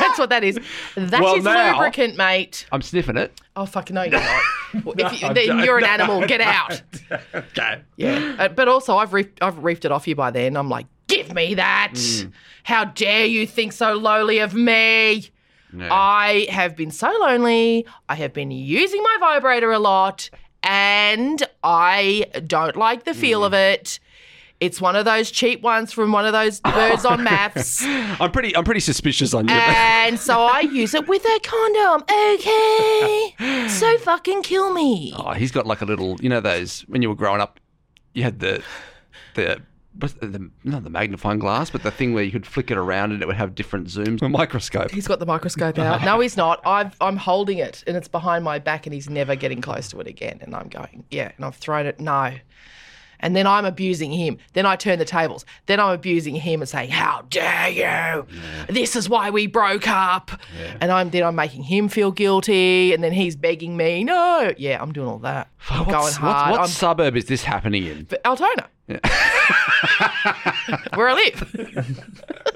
S1: That's what that is. That is
S2: Well, now-
S1: lubricant, mate.
S2: I'm sniffing it.
S1: Oh fucking no,
S2: [laughs]
S1: you're not. Well, if you,
S2: I'm
S1: then
S2: joking.
S1: you're
S2: [laughs]
S1: an animal. Get out.
S2: Okay.
S1: Yeah. [gasps] Uh, but also, I've reefed, I've reefed it off you by then. I'm like, give me that. How dare you think so lowly of me? I have been so lonely. I have been using my vibrator a lot and I don't like the feel of it. It's one of those cheap ones from one of those birds on maps.
S2: I'm pretty. I'm pretty suspicious on you.
S1: Uh, And so I use it with a condom. Okay. So fucking kill me.
S2: oh, he's got like a little. You know those when you were growing up, you had the the. what's the- the, not the magnifying glass, but the thing where you could flick it around and it would have different zooms. A microscope.
S1: He's got the microscope out. No, he's not. I've, I'm holding it and it's behind my back and he's never getting close to it again. And I'm going, yeah. And I've thrown it, no. And then I'm abusing him. Then I turn the tables. Then I'm abusing him and saying, how dare you? This is why we broke up. And I'm then I'm making him feel guilty. And then he's begging me, no. Yeah, I'm doing all that. I'm
S2: What's-
S1: going
S2: what's-
S1: hard.
S2: Oh, what
S1: I'm
S2: suburb is this happening in?
S1: But Altona.
S2: [laughs]
S1: Where I live.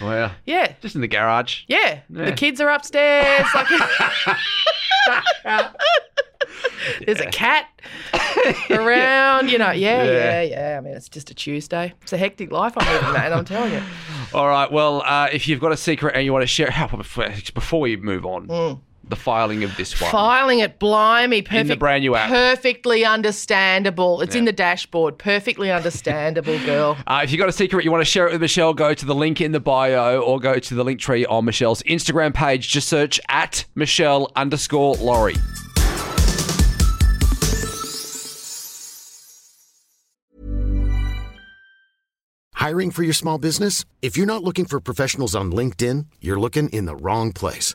S2: Well,
S1: Yeah.
S2: just in the garage.
S1: Yeah.
S2: Yeah.
S1: The kids are
S2: [laughs]
S1: upstairs. Like There's a cat. around, you know, yeah,
S2: Yeah.
S1: yeah, yeah, I mean, it's just a Tuesday. It's a hectic life I'm living, mate. I'm
S2: [laughs]
S1: telling you.
S2: All right. Well, uh, if you've got a secret and you want to share, how- before before we move on,
S1: Hmm.
S2: the filing of this one.
S1: Filing it, blimey, perfect.
S2: In the brand new app.
S1: Perfectly understandable. It's in
S2: Yeah.
S1: the dashboard. Perfectly understandable, girl.
S2: Uh, if you've got a secret you want to share it with Michelle, go to the link in the bio or go to the link tree on Michelle's Instagram page. Just search at Michelle underscore Laurie.
S10: Hiring for your small business? If you're not looking for professionals on LinkedIn, you're looking in the wrong place.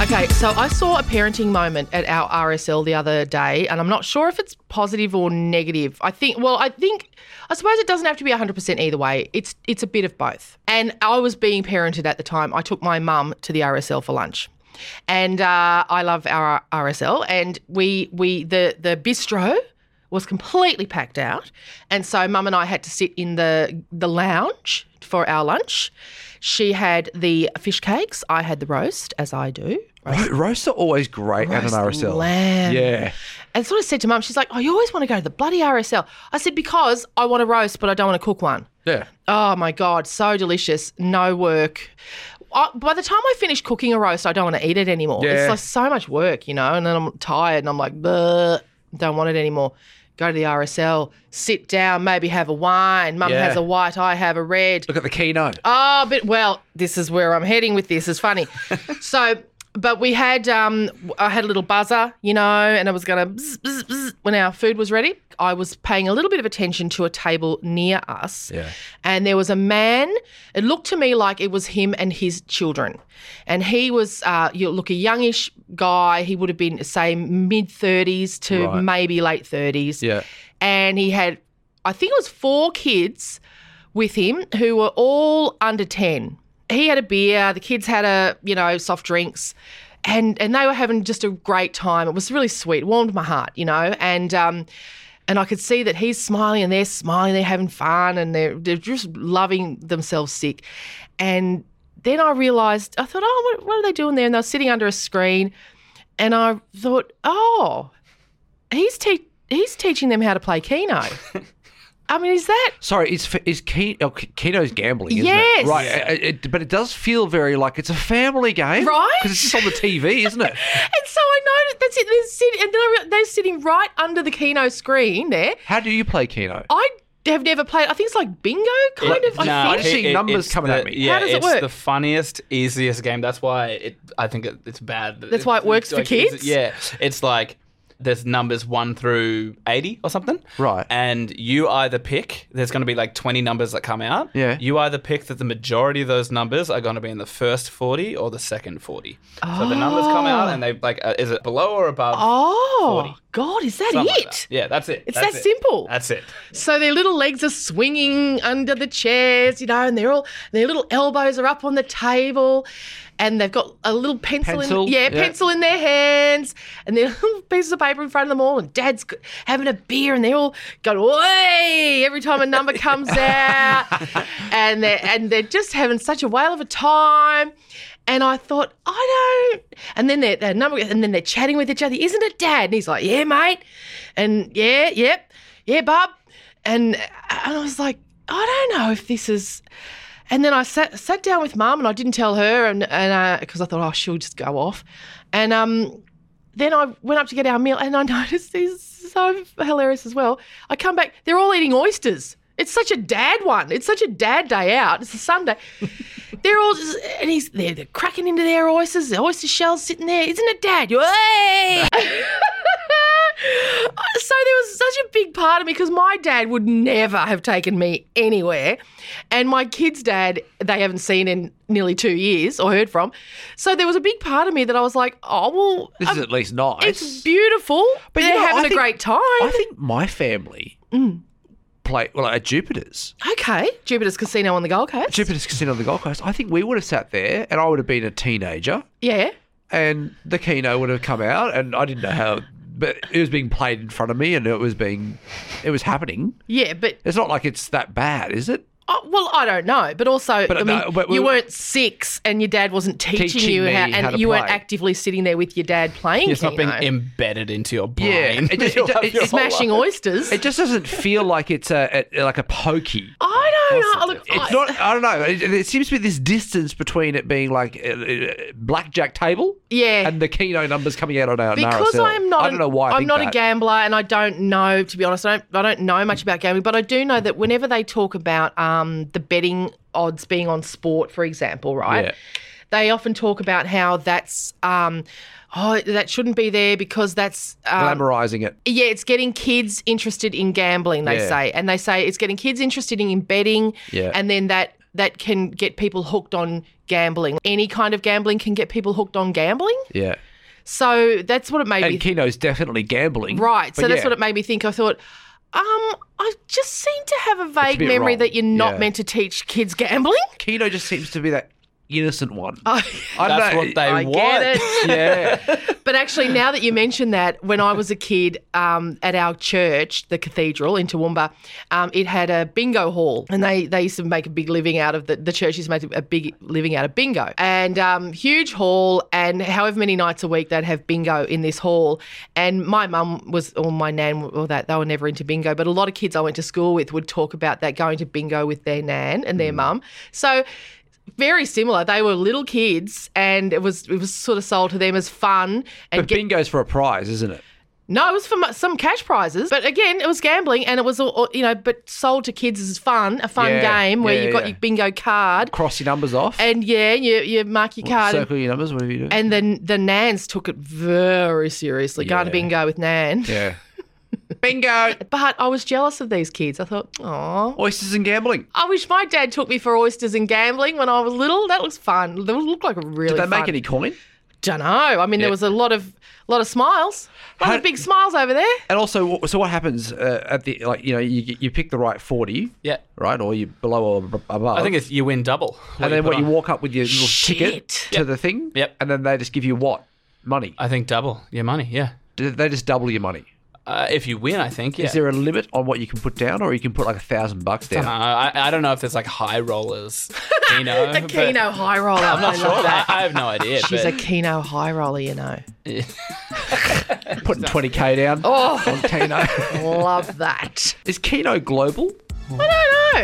S1: Okay, so I saw a parenting moment at our RSL the other day, and I'm not sure if it's positive or negative. I think, well, I think, I suppose it doesn't have to be 100% either way. It's it's a bit of both. And I was being parented at the time. I took my mum to the RSL for lunch, and uh, I love our RSL, and we we the the bistro was completely packed out, and so Mum and I had to sit in the the lounge for our lunch. She had the fish cakes. I had the roast, as I do.
S2: Ro- roasts are always great at an
S1: Roast
S2: RSL.
S1: lamb.
S2: Yeah.
S1: And sort of said to Mum, she's like, "Oh, you always want to go to the bloody RSL." I said, "Because I want to roast, but I don't want to cook one."
S2: Yeah.
S1: Oh my god, so delicious. No work. I, by the time I finish cooking a roast, I don't want to eat it anymore.
S2: Yeah.
S1: It's like so much work, you know. And then I'm tired, and I'm like, "Bleh, don't want it anymore. Go to the RSL, sit down, maybe have a wine. Mum
S2: Yeah.
S1: has a white, I have a red.
S2: Look at the keynote.
S1: Oh, but well, this is where I'm heading with this. It's
S2: [laughs]
S1: funny. so, but we had um, I had a little buzzer, you know, and I was gonna bzz, bzz, bzz when our food was ready. I was paying a little bit of attention to a table near us,
S2: Yeah.
S1: and there was a man. It looked to me like it was him and his children, and he was uh, you look a youngish guy. He would have been say mid thirties to
S2: Right.
S1: maybe late thirties
S2: Yeah.
S1: and he had, I think it was four kids with him who were all under 10. He had a beer, the kids had a, you know, soft drinks, and, and they were having just a great time. It was really sweet, It warmed my heart, you know, and, um, and I could see that he's smiling and they're smiling, they're having fun and they're, they're just loving themselves sick. And then I realized, I thought, oh, what, what are they doing there? And they're sitting under a screen. And I thought, oh, he's te- he's teaching them how to play Keno. I mean, is that
S2: Sorry, is is Ke- oh, Ke- Keno's gambling? Isn't
S1: Yes.
S2: It? Right. uh, it- but it does feel very like it's a family game,
S1: Right?
S2: Because it's just on the TV, isn't
S1: [laughs]
S2: it?
S1: And so I noticed that's it. They're sitting, and then I rea- they're sitting right under the Keno screen there.
S2: How do you play Keno?
S1: I have never played. I think it's like bingo, kind of.
S7: Nah,
S1: I
S7: it-
S1: think.
S7: it-
S2: numbers
S7: it's
S2: coming at
S7: the-
S2: me.
S7: Yeah,
S1: How does it
S7: it's
S1: work?
S7: the funniest, easiest game. That's why it, I think it, it's bad.
S1: That's why it works for
S7: like, it's-
S1: kids?
S7: Yeah, it's like there's numbers one through eighty or something.
S2: Right.
S7: And you either pick. There's going to be like twenty numbers that come out.
S2: Yeah.
S7: You either pick that the majority of those numbers are going to be in the first forty or the second forty. So the numbers come out and they like, uh, is it below or above?
S1: Oh
S7: 40.
S1: God, is that
S7: Something like
S1: it?
S7: that. Yeah, that's it.
S1: It's
S7: That's
S1: that
S7: it.
S1: simple.
S7: That's it.
S1: So their little legs are swinging under the chairs, you know, and they're all their little elbows are up on the table, and they've got a little pencil,
S2: Pencil,
S1: in, yeah,
S2: yeah.
S1: pencil in their hands, and their [laughs] little pieces of paper in front of them all, and Dad's g- having a beer, and they all go way every time a number comes out, and they're and they're just having such a whale of a time. And I thought, I don't. And then they're, they're number, and then they're chatting with each other. Isn't it, Dad? And he's like, Yeah, mate. And yeah, yep, yeah, bub. And and I was like, I don't know if this is. And then I sat sat uh, down with Mum, and I didn't tell her, and and because I thought, oh, she'll just go off. And um, then I went up to get our meal and I [laughs] noticed this is so hilarious as well. I come back, they're all eating oysters. It's such a dad one. It's such a dad day out. It's a Sunday. [laughs] They're all just, and he's they're, they're cracking into their oysters, the oyster shells sitting there. Isn't it dad? You're, hey! [laughs] so there was such a big part of me because my dad would never have taken me anywhere. And my kids' dad, they haven't seen in nearly two years or heard from. So there was a big part of me that I was like, oh, well,
S2: This is at least nice.
S1: it's beautiful. But
S2: you
S1: they're
S2: know,
S1: having
S2: I
S1: a
S2: think-
S1: great time.
S2: I think my family
S1: Mm.
S2: play well at Jupiter's.
S1: Okay. Jupiter's Casino on the Gold Coast.
S2: Jupiter's Casino on the Gold Coast. I think we would have sat there, and I would have been a teenager,
S1: Yeah.
S2: and the keno would have come out, and I didn't know how, but it was being played in front of me, and it was being, it was happening.
S1: Yeah, but
S2: It's not like it's that bad, is it?
S1: Oh, well, I don't know, but also,
S2: But
S1: I mean,
S2: no, but we-
S1: you weren't six, and your dad wasn't teaching,
S7: Teaching
S1: you
S7: me
S1: how,
S7: how
S1: and
S7: to
S1: you weren't
S7: play.
S1: actively sitting there with your dad playing.
S7: It's not being
S1: Keno.
S7: embedded into your brain.
S2: Yeah, it just, it,
S7: [laughs] You'll have
S2: it,
S7: your whole
S1: smashing
S7: life.
S1: oysters.
S2: It just doesn't feel like it's a, a like a pokey.
S1: I don't know. Look,
S2: It's
S1: Oh, I-
S2: not. I don't know. It, it seems to be this distance between it being like a, a blackjack table,
S1: Yeah.
S2: and the keno numbers coming out on our
S1: because
S2: RSL.
S1: I'm not.
S2: I don't know why. I
S1: am
S2: think
S1: not a
S2: that.
S1: gambler, and I don't know. To be honest, I don't. I don't know much about gambling, but I do know that whenever they talk about um, the betting odds being on sport, for example, right?
S2: Yeah.
S1: They often talk about how that's. Um, Oh, that shouldn't be there because that's um,
S2: glamorizing it.
S1: Yeah, it's getting kids interested in gambling, they
S2: Yeah.
S1: say. And they say it's getting kids interested in betting.
S2: Yeah.
S1: And then that that can get people hooked on gambling. Any kind of gambling can get people hooked on gambling.
S2: Yeah.
S1: So that's what it made me
S2: And keno's definitely gambling.
S1: Right. So
S2: But
S1: that's
S2: yeah.
S1: what it made me think. I thought, um, I just seem to have a vague
S2: bit
S1: memory
S2: wrong.
S1: that you're not
S2: Yeah.
S1: meant to teach kids gambling. [laughs]
S2: Keno just seems to be that innocent one.
S1: I
S2: don't
S7: That's
S2: know.
S7: what they
S1: I
S7: want.
S1: get it.
S2: [laughs] Yeah.
S1: But actually, now that you mention that, when I was a kid um, at our church, the cathedral in Toowoomba, um, it had a bingo hall, and they they used to make a big living out of the the church used to make a big living out of bingo, and um, huge hall, and however many nights a week they'd have bingo in this hall, and my mum was or my nan or that they were never into bingo, but a lot of kids I went to school with would talk about that going to bingo with their nan and their mum, so very similar. They were little kids, and it was it was sort of sold to them as fun. And
S2: But
S1: get,
S2: bingo's for a prize, isn't it?
S1: no, it was for mu- some cash prizes, but again, it was gambling, and it was all- all, you know, but sold to kids as fun, a fun
S2: Yeah,
S1: game where
S2: yeah,
S1: you got
S2: yeah.
S1: your bingo card,
S2: Cross your numbers off.
S1: and yeah, you you mark your card. and-
S2: circle your numbers, whatever you do.
S1: and then the Nans took it very seriously. Going to
S2: Yeah.
S1: bingo with Nan.
S2: yeah. Bingo.
S1: But I was jealous of these kids. I thought, oh,
S2: Oysters and gambling.
S1: I wish my dad took me for oysters and gambling when I was little. That looks fun. That looked like a really
S2: Did they make
S1: fun-
S2: any coin?
S1: Don't know. I mean, there
S2: Yeah.
S1: was a lot of lot of smiles, a lot
S2: How-
S1: of big smiles over there.
S2: And also, wh- so what happens uh, at the like you know you you pick the right forty,
S7: Yeah.
S2: right, or you below or ab- above.
S7: I think it's you win double.
S2: and then
S7: put
S2: what you
S7: on.
S2: walk up with your little ticket to the thing,
S7: Yep.
S2: and then they just give you what money.
S7: I think double your money. Yeah.
S2: Do They just double your money.
S7: Uh, if you win, I think. Yeah.
S2: Is there a limit on what you can put down, or you can put like a thousand bucks
S7: I don't know.
S2: down?
S7: I, I don't know if there's like high rollers. Keno,
S1: The
S7: but-
S1: Keno high roller.
S7: I'm not
S1: I
S7: sure.
S1: love
S7: I,
S1: that.
S7: I have no idea.
S1: [laughs] She's a
S7: but,
S1: Keno high roller, you know.
S2: Putting twenty k down on Keno.
S1: Love that.
S2: Oh. [laughs] Is Keno global?
S1: [laughs] I don't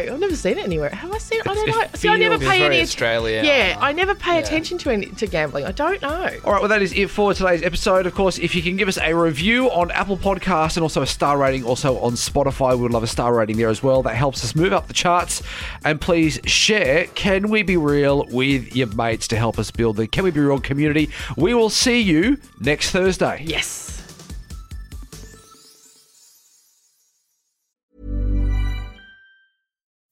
S1: know. I've never seen it anywhere. Have I seen it? I don't know.
S7: it
S1: See, I never
S7: feels
S1: pay
S7: very
S1: any
S7: Australian.
S1: Yeah, I never pay attention to any to gambling. I don't know.
S2: All right, well, that is it for today's episode. Of course, if you can give us a review on Apple Podcasts and also a star rating, also on Spotify, we would love a star rating there as well. That helps us move up the charts. And please share Can We Be Real with your mates to help us build the Can We Be Real community. We will see you next Thursday.
S1: Yes.